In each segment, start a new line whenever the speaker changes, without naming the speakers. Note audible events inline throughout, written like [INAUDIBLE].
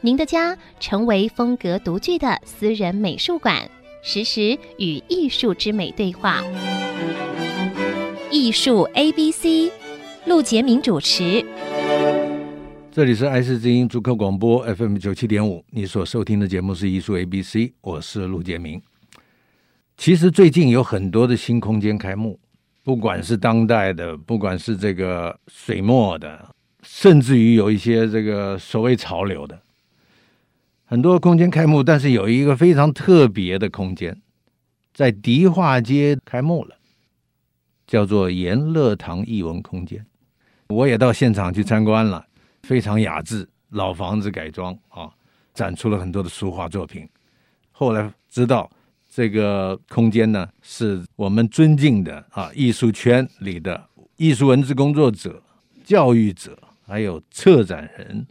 您的家成为风格独具的私人美术馆，实时与艺术之美对话。艺术 A B C，陆杰明主持。
这里是爱思之音足科广播 FM 九七点五，你所收听的节目是艺术 ABC，我是陆杰明。其实最近有很多的新空间开幕，不管是当代的，不管是这个水墨的，甚至于有一些这个所谓潮流的，很多空间开幕，但是有一个非常特别的空间，在迪化街开幕了，叫做延乐堂艺文空间。我也到现场去参观了，非常雅致，老房子改装啊，展出了很多的书画作品。后来知道这个空间呢，是我们尊敬的啊艺术圈里的艺术文字工作者、教育者，还有策展人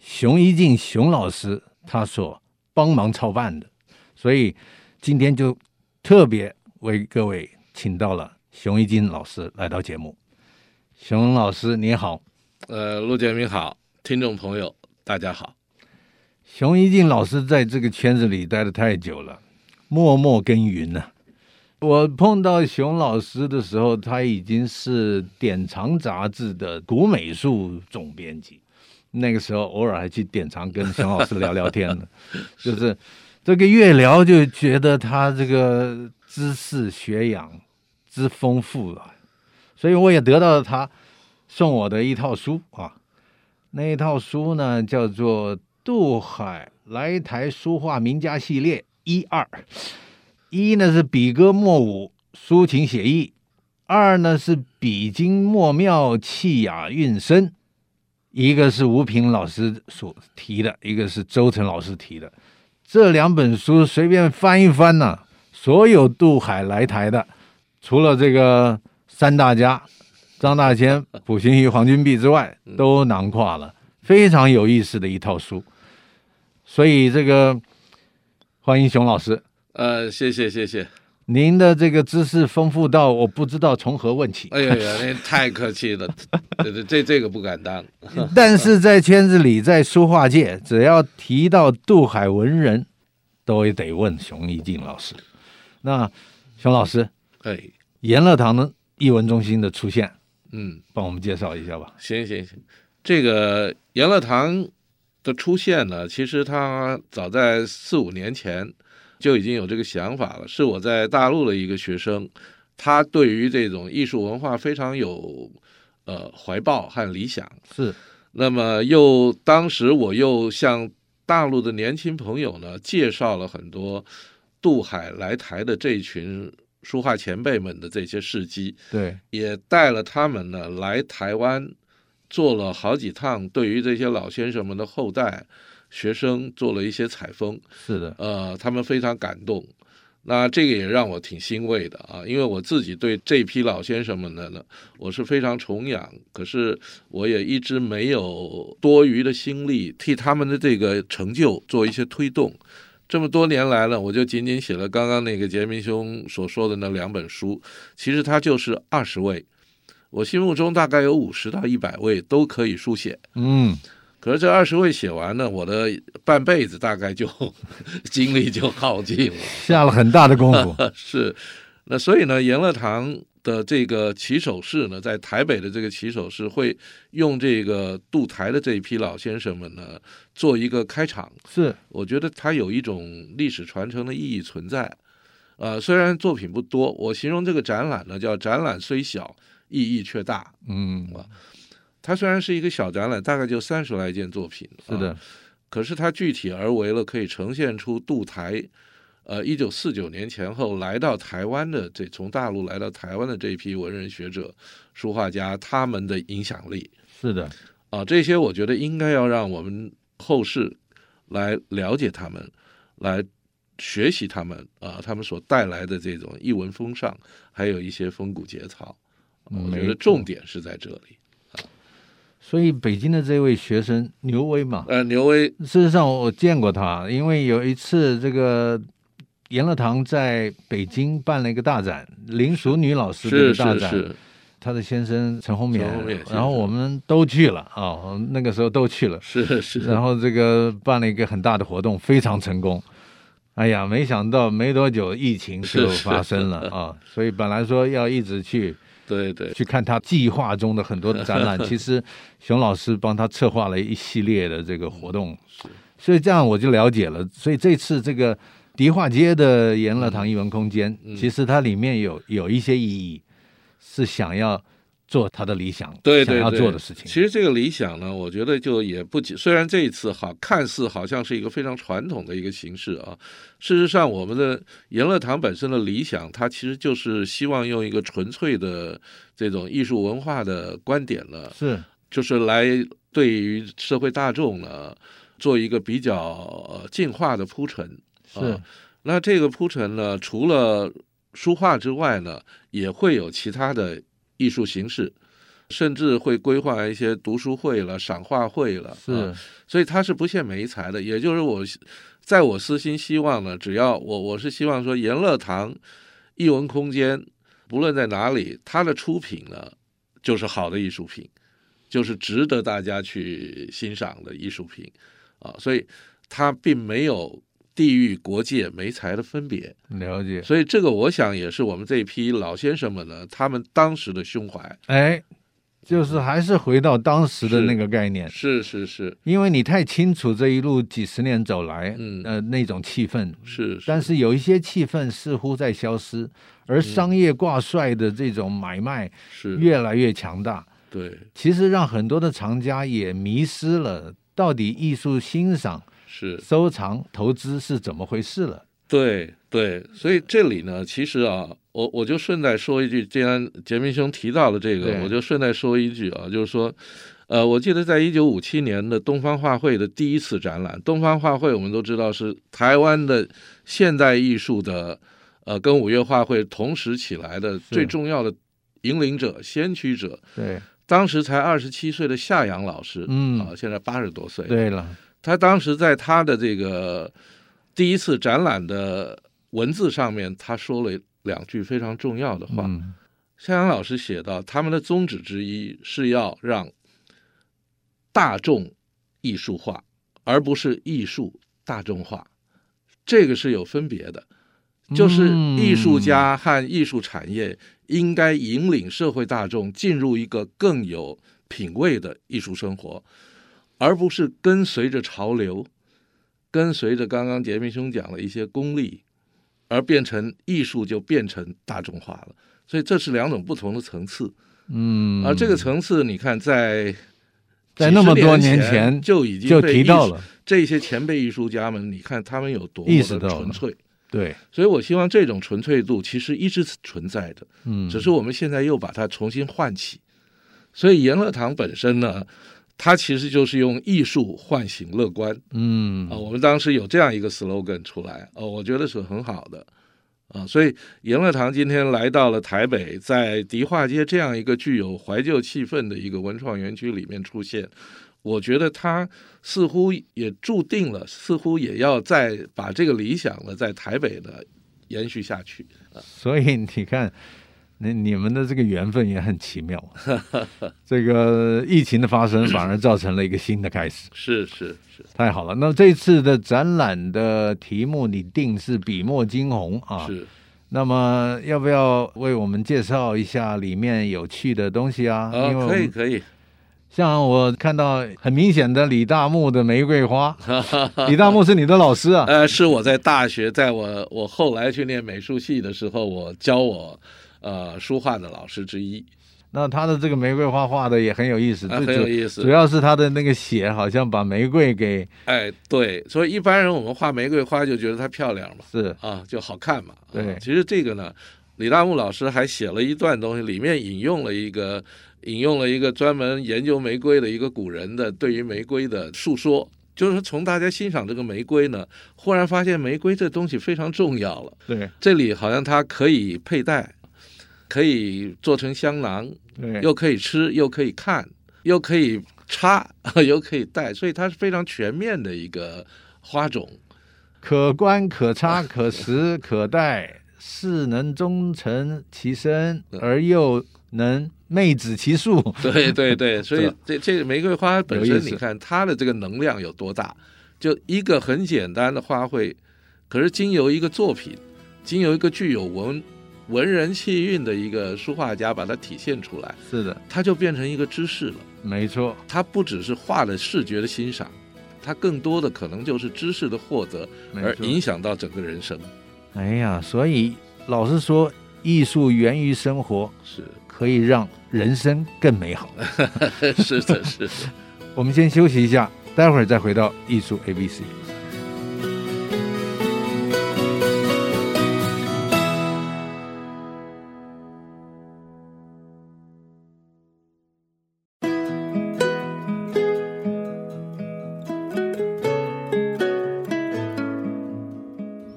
熊一静熊老师他所帮忙操办的。所以今天就特别为各位请到了熊一静老师来到节目。熊老师你好，
呃，陆建明好，听众朋友大家好。
熊一静老师在这个圈子里待的太久了，默默耕耘呐、我碰到熊老师的时候，他已经是《典藏》杂志的古美术总编辑。那个时候偶尔还去典藏跟熊老师聊聊天
[LAUGHS]
呢，就是这个越聊就觉得他这个知识学养之丰富啊，所以我也得到了他送我的一套书啊，那一套书呢叫做《杜海来台书画名家系列》一二，一呢是比歌墨舞、抒情写意，二呢是比经墨妙、气雅韵深，一个是吴平老师所提的，一个是周成老师提的。这两本书随便翻一翻呐，所有渡海来台的，除了这个三大家张大千、普行于黄君璧之外，都囊括了，非常有意思的一套书。所以这个欢迎熊老师，
呃，谢谢谢谢。
您的这个知识丰富到我不知道从何问起。
哎呀呀，那太客气了， [LAUGHS] 这这这这个不敢当。
但是在圈子里，在书画界，只要提到渡海文人，都得问熊一静老师。那熊老师，
哎，
延乐堂的艺文中心的出现，
嗯，
帮我们介绍一下吧。
行行行，这个阎乐堂的出现呢，其实它早在四五年前就已经有这个想法了，是我在大陆的一个学生，他对于这种艺术文化非常有呃怀抱和理想。
是
那么又当时我又向大陆的年轻朋友呢介绍了很多渡海来台的这群书画前辈们的这些事迹，
对，
也带了他们呢来台湾，做了好几趟，对于这些老先生们的后代学生做了一些采风。
是的，
呃，他们非常感动。那这个也让我挺欣慰的啊，因为我自己对这批老先生们的呢，我是非常崇仰，可是我也一直没有多余的心力替他们的这个成就做一些推动。这么多年来呢，我就仅仅写了刚刚那个杰明兄所说的那两本书，其实它就是二十位，我心目中大概有五十到一百位都可以书写，
嗯，
可是这二十位写完呢，我的半辈子大概就 [LAUGHS] 精力就耗尽了。
下了很大的功夫。
[LAUGHS] 是，那所以呢，延乐堂的这个起手式呢，在台北的这个起手式会用这个渡台的这一批老先生们呢，做一个开场。
是
我觉得它有一种历史传承的意义存在。呃，虽然作品不多，我形容这个展览呢，叫展览虽小，意义却大。
嗯，
它虽然是一个小展览，大概就三十来件作品。
是
啊
的，
可是它具体而为了，可以呈现出渡台，呃，一九四九年前后来到台湾的这从大陆来到台湾的这一批文人学者、书画家他们的影响力
是的，
啊、这些我觉得应该要让我们后世来了解他们，来学习他们啊、他们所带来的这种艺文风尚，还有一些风骨节操。啊我觉
没
得
错
重点是在这里。
所以北京的这位学生牛威嘛，
呃，牛威，
事实上，我见过他，因为有一次这个严乐堂在北京办了一个大展，林淑女老师的一
是
个大
是
展，
是，
她的先生陈鸿
陈鸿
冕
冕先，生
然后我们都去了啊、我们那个时候都去了，
是是，
然后这个办了一个很大的活动，非常成功。哎呀，没想到没多久疫情就是
是
发生了啊，所以本来说要一直去
对对，
去看他计划中的很多展
[LAUGHS]
览。其实熊老师帮他策划了一系列的这个活动，所以这样我就了解了。所以这次这个迪化街的研乐堂艺文空间，
嗯
其实它里面有有一些意义，是想要做他的理想，
对
想
对
要
对
做的事情。
其实这个理想呢，我觉得就也不仅，虽然这一次哈看似好像是一个非常传统的一个形式啊，事实上我们的研乐堂本身的理想，它其实就是希望用一个纯粹的这种艺术文化的观点呢，
是
就是来对于社会大众呢做一个比较呃进化的铺陈。
是、
啊那这个铺陈呢，除了书画之外呢，也会有其他的艺术形式，甚至会规划一些读书会了、赏画会了。
是、
啊所以它是不限媒材的。也就是我，在我私心希望呢，只要我我是希望说，研乐堂艺文空间，不论在哪里，它的出品呢，就是好的艺术品，就是值得大家去欣赏的艺术品啊。所以它并没有地域、国界、媒材的分别。
了解。
所以这个我想也是我们这一批老先生们呢，他们当时的胸怀。
哎，就是还是回到当时的
是
那个概念。
是是是
因为你太清楚这一路几十年走来，
嗯
呃，那种气氛，
是，
但是有一些气氛似乎在消失，
嗯
而商业挂帅的这种买卖
是，
越来越强大，
对，
其实让很多的藏家也迷失了到底艺术欣赏、
是。
收藏、投资是怎么回事了。
对对，所以这里呢，其实啊，我我就顺带说一句，既然杰明兄提到了这个
对，
我就顺带说一句啊，就是说，呃，我记得在一九五七年的东方画会的第一次展览，东方画会我们都知道是台湾的现代艺术的，呃，跟五月画会同时起来的最重要的引领者、先驱者，
对，
当时才二十七岁的夏阳老师，
嗯
啊，现在八十多岁，
对了，
他当时在他的这个第一次展览的文字上面，他说了两句非常重要的话。
嗯，
夏阳老师写到，他们的宗旨之一是要让大众艺术化，而不是艺术大众化，这个是有分别的。就是艺术家和艺术产业应该引领社会大众进入一个更有品味的艺术生活，而不是跟随着潮流，跟随着刚刚杰明兄讲的一些功利，而变成艺术就变成大众化了。所以这是两种不同的层次，
嗯，
而啊这个层次，你看在
在那么多年
几十
前
前就已经
就
被
提
艺术
到了，
这些前辈艺术家们，你看他们有多
意
么
识
的
到了
纯粹。
对，
所以我希望这种纯粹度其实一直是存在的，
嗯，
只是我们现在又把它重新唤起。所以严乐堂本身呢，它其实就是用艺术唤醒乐观
嗯
啊、，我们当时有这样一个 slogan 出来，哦，我觉得是很好的啊、所以严乐堂今天来到了台北，在迪化街这样一个具有怀旧气氛的一个文创园区里面出现，我觉得它似乎也注定了，似乎也要再把这个理想呢，在台北呢延续下去。
所以你看，那你们的这个缘分也很奇妙。啊 [LAUGHS] 这个疫情的发生反而造成了一个新的开始，
是是是，
太好了。那这次的展览的题目你定是笔墨惊鸿啊，
是
那么要不要为我们介绍一下里面有趣的东西啊？
啊
因为，我
可以
们
可以，
像我看到很明显的李大木的玫瑰
[LAUGHS]
花，李大木是你的老师啊，
呃，是我在大学，在我我后来去念美术系的时候，我教我呃书画的老师之一，
那他的这个玫瑰花画的也很有意思，
啊
最
很
主
有意
主
思。
要是他的那个血好像把玫瑰给
哎，对，所以一般人我们画玫瑰花就觉得它漂亮嘛，
是
啊，就好看嘛。啊
对
其实这个呢，李大木老师还写了一段东西，里面引用了一个引用了一个专门研究玫瑰的一个古人的对于玫瑰的述说就是说从大家欣赏这个玫瑰呢，忽然发现玫瑰这东西非常重要了。
对
这里好像它可以佩戴，可以做成香囊，
对，
又可以吃，又可以看，又可以插， [LAUGHS] 又可以戴，所以它是非常全面的一个
[LAUGHS]
花种。
可观、可插、可食、可待，是能忠诚其身，而又能媚子其术。
对对
[LAUGHS]
对，所以
是啊
这这个玫瑰花本
有
身
意，思
你看它的这个能量有多大？就一个很简单的花卉，可是经由一个作品，经由一个具有文文人气韵的一个书画家把它体现出来，
是的，
它就变成一个知识了。
没错，
它不只是画的视觉的欣赏，它更多的可能就是知识的获得，
没
而
错。
影响到整个人生。
哎呀，所以老实说，艺术源于生活，
是 [LAUGHS]
可以让人生更美好。
是的，是的。
我们先休息一下，待会儿再回到艺术 A B C。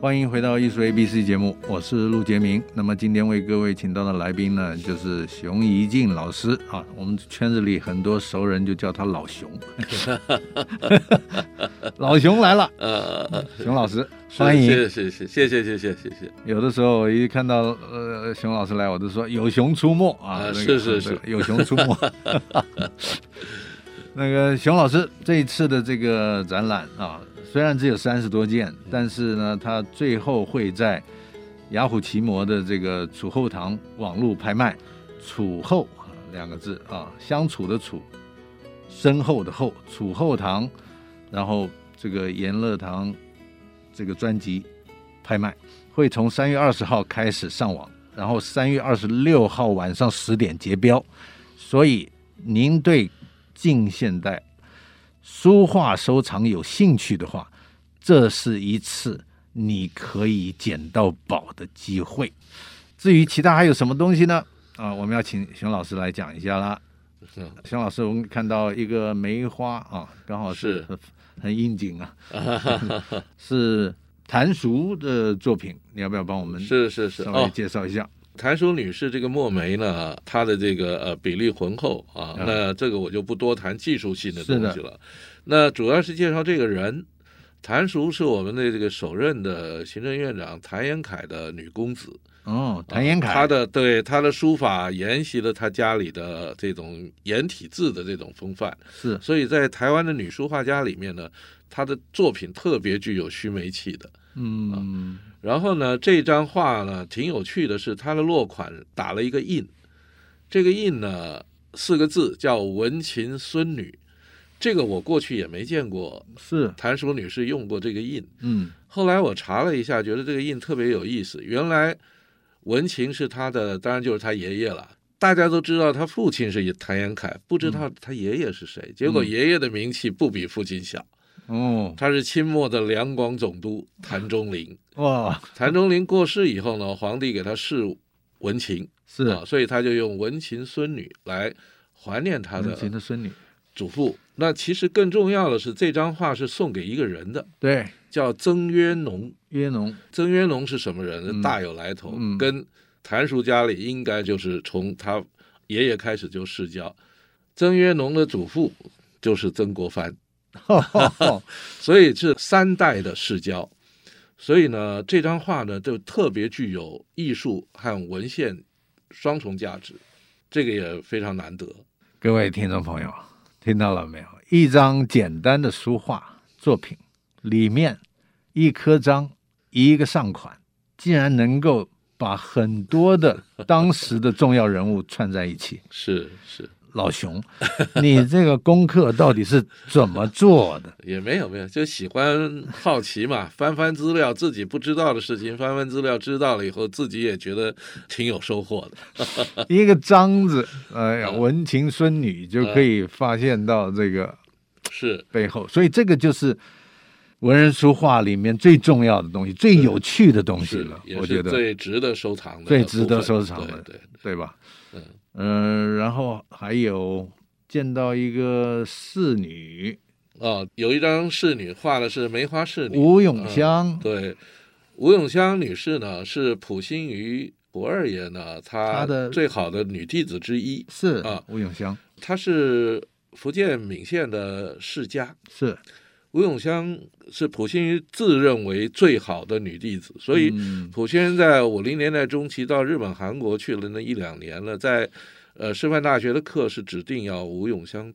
欢迎回到艺术 A B C 节目，我是陆杰明。那么今天为各位请到的来宾呢，就是熊怡静老师啊。我们圈子里很多熟人就叫他老
[LAUGHS]
熊，老熊来了，
呃，
熊老师，
是
欢迎。
谢谢，谢谢，谢谢，谢谢，谢谢。
有的时候我一看到呃熊老师来，我就说有熊出没啊，
啊
那个
是是
对有熊出
[LAUGHS]
没。那个熊老师这一次的这个展览啊，虽然只有三十多件，但是呢，他最后会在雅虎奇摩的这个楚后堂网络拍卖，楚后啊两个字啊，相处的楚，身后的后，楚后堂，然后这个延乐堂这个专辑拍卖。会从三月二十号开始上网，然后三月二十六号晚上十点结标。所以您对近现代书画收藏有兴趣的话，这是一次你可以捡到宝的机会。至于其他还有什么东西呢？啊，我们要请熊老师来讲一下啦。
嗯
熊老师，我们看到一个梅花啊，刚好是
是
很很应景
[LAUGHS]
啊，是谭叔的作品，你要不要帮我们
是是是
稍
哦
微，介绍一下？
谭叔女士这个墨梅呢，她的这个呃比例浑厚啊，
嗯
那这个我就不多谈技术性的东西
是
了。那主要是介绍这个人，谭叔是我们的这个首任的行政院长谭延闿的女公子。
哦，谭延闿，
他的对他的书法沿袭了他家里的这种颜体字的这种风范，
是
所以在台湾的女书画家里面呢，她的作品特别具有须眉气的。
嗯，
然后呢，这张画呢挺有趣的是，它的落款打了一个印，这个印呢四个字叫“文琴孙女”，这个我过去也没见过
是，
谭淑女士用过这个印。
嗯，
后来我查了一下，觉得这个印特别有意思。原来文琴是他的，当然就是他爷爷了。大家都知道他父亲是谭延闿，不知道他爷爷是谁。结果爷爷的名气不比父亲小，
哦，
他是清末的两广总督谭忠龄。
哇，
谭忠龄过世以后呢，皇帝给他谥文琴，
是
啊，所以他就用文琴孙女来怀念他
文
的
琴的孙女，
祖父。那其实更重要的是，这张画是送给一个人的，
对，
叫曾约农。
约
[LAUGHS]
农，
曾渊龙是什么人？
嗯
大有来头，
嗯
跟谭叔家里应该就是从他爷爷开始就世交。曾渊龙的祖父就是曾国藩，
哦
所以是三代的世交。所以呢，这张画呢就特别具有艺术和文献双重价值，这个也非常难得。
各位听众朋友，听到了没有？一张简单的书画作品里面，一刻章，一个上款，竟然能够把很多的当时的重要人物串在一起。
是是，
老熊， [LAUGHS] 你这个功课到底是怎么做
[LAUGHS]
的？
也没有没有，就喜欢好奇嘛， [LAUGHS] 翻翻资料，自己不知道的事情，翻翻资料知道了以后，自己也觉得挺有收获的。
一个章子，哎
嗯
呀，文琴孙女就可以发现到这个
是
背后，所以这个就是文人书画里面最重要的东西，最有趣的东西
是
了，
也
我
是
觉得，
最值得收藏的部分，
最值得收藏的
对对，
对吧？呃
嗯
嗯、然后还有见到一个侍女，
啊、有一张仕女画的是梅花仕女
吴永
嗯
香，
对，吴永香女士呢是普心于不二爷呢她
她的
最好的女弟子之一，
是
啊
吴永香
她是福建闽县的世家。
是，
吴永香是普心于自认为最好的女弟子，所以
嗯
普先生在五零年代中期到日本、韩国去了那一两年了，在呃师范大学的课是指定要吴永香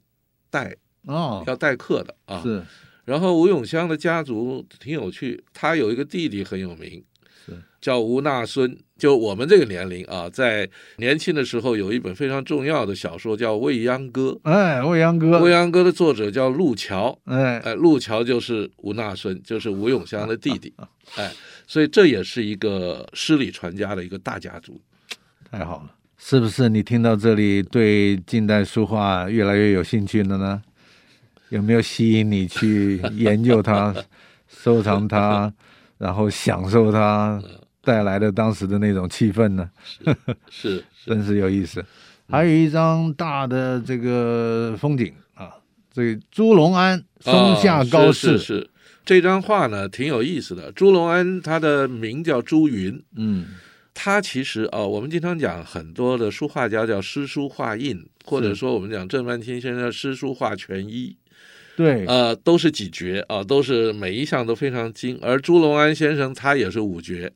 带，
哦
要代课的啊。
是
然后吴永香的家族挺有趣，他有一个弟弟很有名
是，
叫吴纳孙。就我们这个年龄啊，在年轻的时候有一本非常重要的小说叫《未央歌
哎，未央》，
《未
哥，
央歌》的作者叫陆桥。
哎
哎，陆桥就是吴纳孙，就是吴永香的弟弟，
[LAUGHS]
哎，所以这也是一个诗礼传家的一个大家族。
太好了，是不是？你听到这里，对近代书画越来越有兴趣了呢？有没有吸引你去研究
[LAUGHS]
它、收藏它，然后享受它带来的当时的那种气氛呢？
是，
真是有意思。还有一张大的这个风景啊，这个朱龙庵松下高
啊
士，
是是是这张画呢挺有意思的。朱龙安他的名叫朱云，
嗯，
他其实啊、我们经常讲很多的书画家叫诗书画印，或者
是
说我们讲郑半清先生的诗书画全一，
对，
呃，都是几绝啊、都是每一项都非常精。而朱龙安先生他也是五绝，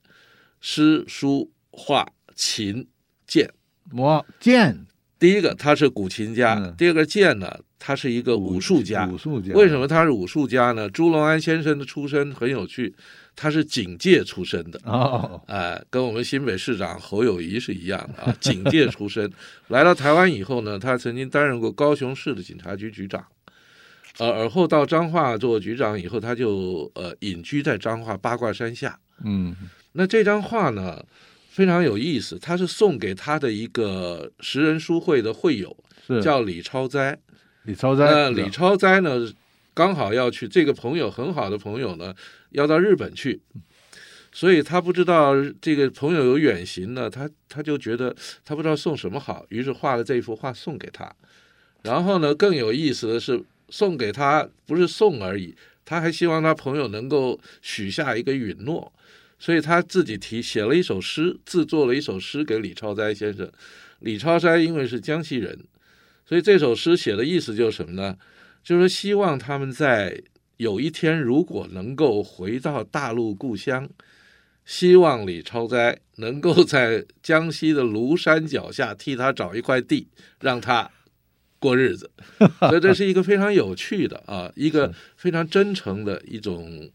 诗书画琴剑。
哇，剑
第一个他是古琴家，
嗯
第二个剑呢，他是一个武术家。
武术家
为什么他是武术家呢？朱龙安先生的出身很有趣，他是警界出身的。
哦，
哎，跟我们新北市长侯友谊是一样的啊， [LAUGHS] 警界出身。来到台湾以后呢，他曾经担任过高雄市的警察局局长，呃，而后到彰化做局长以后，他就呃隐居在彰化八卦山下。
嗯，
那这张画呢，非常有意思，他是送给他的一个识人书会的会友，
是
叫李超哉。
李超哉，
那
是吧
李超哉呢，刚好要去，这个朋友很好的朋友呢，要到日本去，所以他不知道这个朋友有远行呢，他他就觉得他不知道送什么好，于是画了这幅画送给他。然后呢，更有意思的是，送给他不是送而已，他还希望他朋友能够许下一个允诺，所以他自己提写了一首诗，制作了一首诗给李超哉先生。李超哉因为是江西人，所以这首诗写的意思就是什么呢？就是说希望他们在有一天如果能够回到大陆故乡，希望李超哉能够在江西的庐山脚下替他找一块地，让他过
[LAUGHS]
日子。所以这是一个非常有趣的啊，一个非常真诚的一种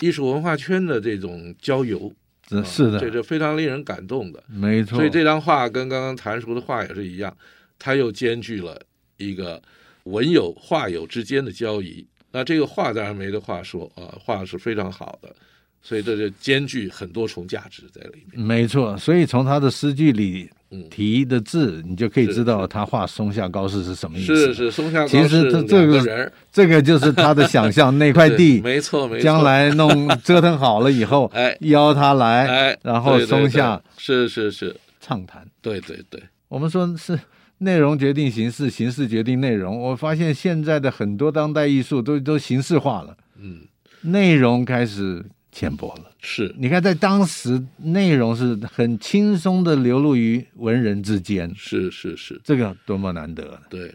艺术文化圈的这种交游。
是是
这
的，
是非常令人感动的。
没错，
所以这张画跟刚刚谭叔的画也是一样，它又兼具了一个文友画友之间的交易。那这个画当然没得话说啊，画是非常好的，所以这就兼具很多重价值在里面。
没错，所以从他的诗句里
嗯，
提的字，你就可以
是
知道
是
他画松下高士是什么嗯意思。
是，是，松下
其实
高是
这
两
这个
人儿，
这个就是他的想象，那块
[LAUGHS] 对
地
没错没错，
将来弄折腾好了以后，
[LAUGHS] 哎
邀他来，
哎，
然后
对对
松
对
下
是是是，
畅谈。
对对对，
我们说是内容决定形式，形式决定内容。我发现现在的很多当代艺术都都形式化了，
嗯，
内容开始浅薄了。
是
你看，在当时，内容是很轻松的流露于文人之间，
是是是，
这个多么难得！啊
对。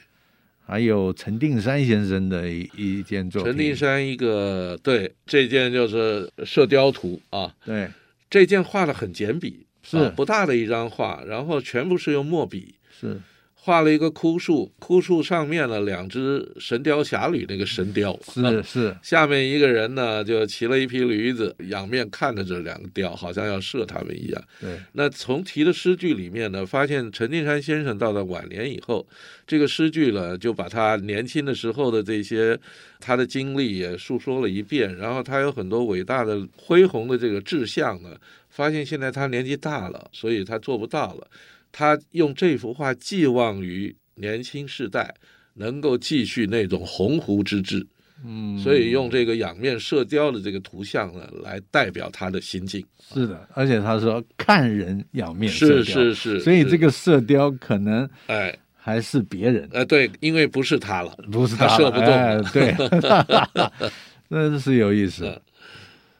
还有陈定山先生的一一件作品，
陈定山一个对这件就是射雕图啊，
对
这件画的很简笔，
是
啊不大的一张画，然后全部是用墨笔
是
画了一个枯树，枯树上面呢两只《神雕侠侣》那个神雕，啊
是是
下面一个人呢就骑了一匹驴子，仰面看着这两个雕，好像要射他们一样。
对
那从题的诗句里面呢，发现陈定山先生到了晚年以后，这个诗句呢，就把他年轻的时候的这些他的经历也述说了一遍，然后他有很多伟大的恢宏的这个志向呢，发现现在他年纪大了，所以他做不到了。他用这幅画寄望于年轻世代能够继续那种鸿鹄之志，
嗯，
所以用这个仰面射雕的这个图像呢，来代表他的心境。
是的，而且他说看人仰面射雕
是是是，
所以
是
这个射雕可能
哎。
还是别人，
呃，对，因为不是他了，
不是
他
了
射不动
哎
了，
对， [LAUGHS] 那是有意
[LAUGHS]
思。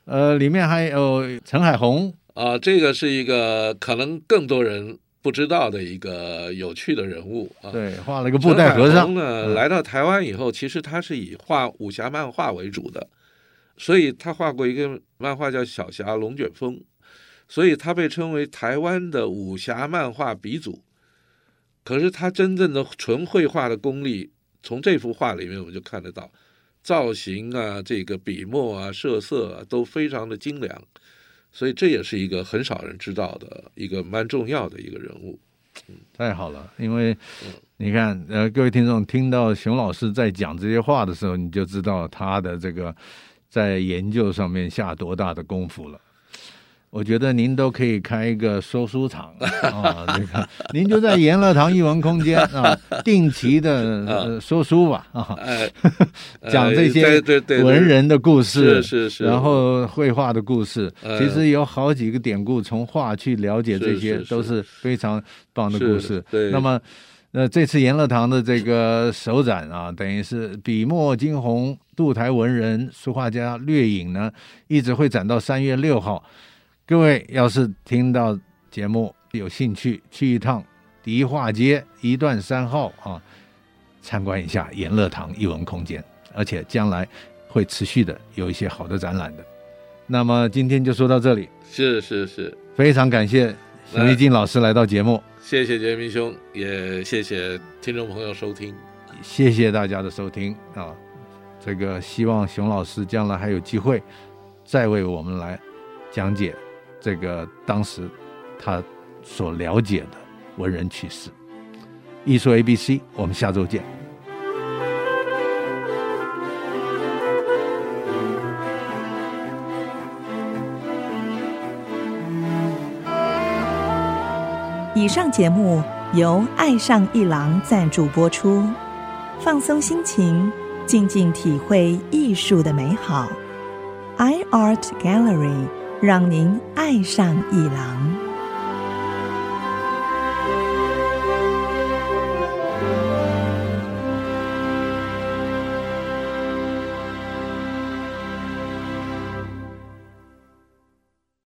呃，里面还有陈海红，
啊，这个是一个可能更多人不知道的一个有趣的人物啊。
对，画了个布
陈
袋
海
和尚
红。呢，
嗯
来到台湾以后，其实他是以画武侠漫画为主的，所以他画过一个漫画叫《小侠龙卷风》，所以他被称为台湾的武侠漫画鼻祖。可是他真正的纯绘画的功力，从这幅画里面我们就看得到，造型啊，这个笔墨啊，设色啊，都非常的精良。所以这也是一个很少人知道的一个蛮重要的一个人物。
太好了，因为你看，呃，各位听众听到熊老师在讲这些话的时候，你就知道他的这个在研究上面下多大的功夫了。我觉得您都可以开一个说书
[LAUGHS]
场啊，这个您就在研乐堂艺文空间啊，定期的、呃、说书吧啊， [LAUGHS]
哎，呃
讲这些
对对对对
文人的故事，
是是是
然后绘画的故事，
呃
其实有好几个典故，从画去了解这些
是是是
都是非常棒的故事
是。对
那么。呃，这次研乐堂的这个首展啊，等于是笔墨惊鸿、杜台文人、书画家掠影呢，一直会展到三月六号。各位要是听到节目有兴趣，去一趟迪化街一段三号啊，参观一下研乐堂艺文空间，而且将来会持续的有一些好的展览的。那么今天就说到这里，
是是是，
非常感
哎
谢熊一静老师来到节目，
谢谢杰明兄，也谢谢听众朋友收听。
谢谢大家的收听啊！这个希望熊老师将来还有机会再为我们来讲解这个当时他所了解的文人趣事。艺术 A B C，我们下周见。
以上节目由爱上一郎赞助播出，放松心情，静静体会艺术的美好。iArt Gallery 让您爱上一郎。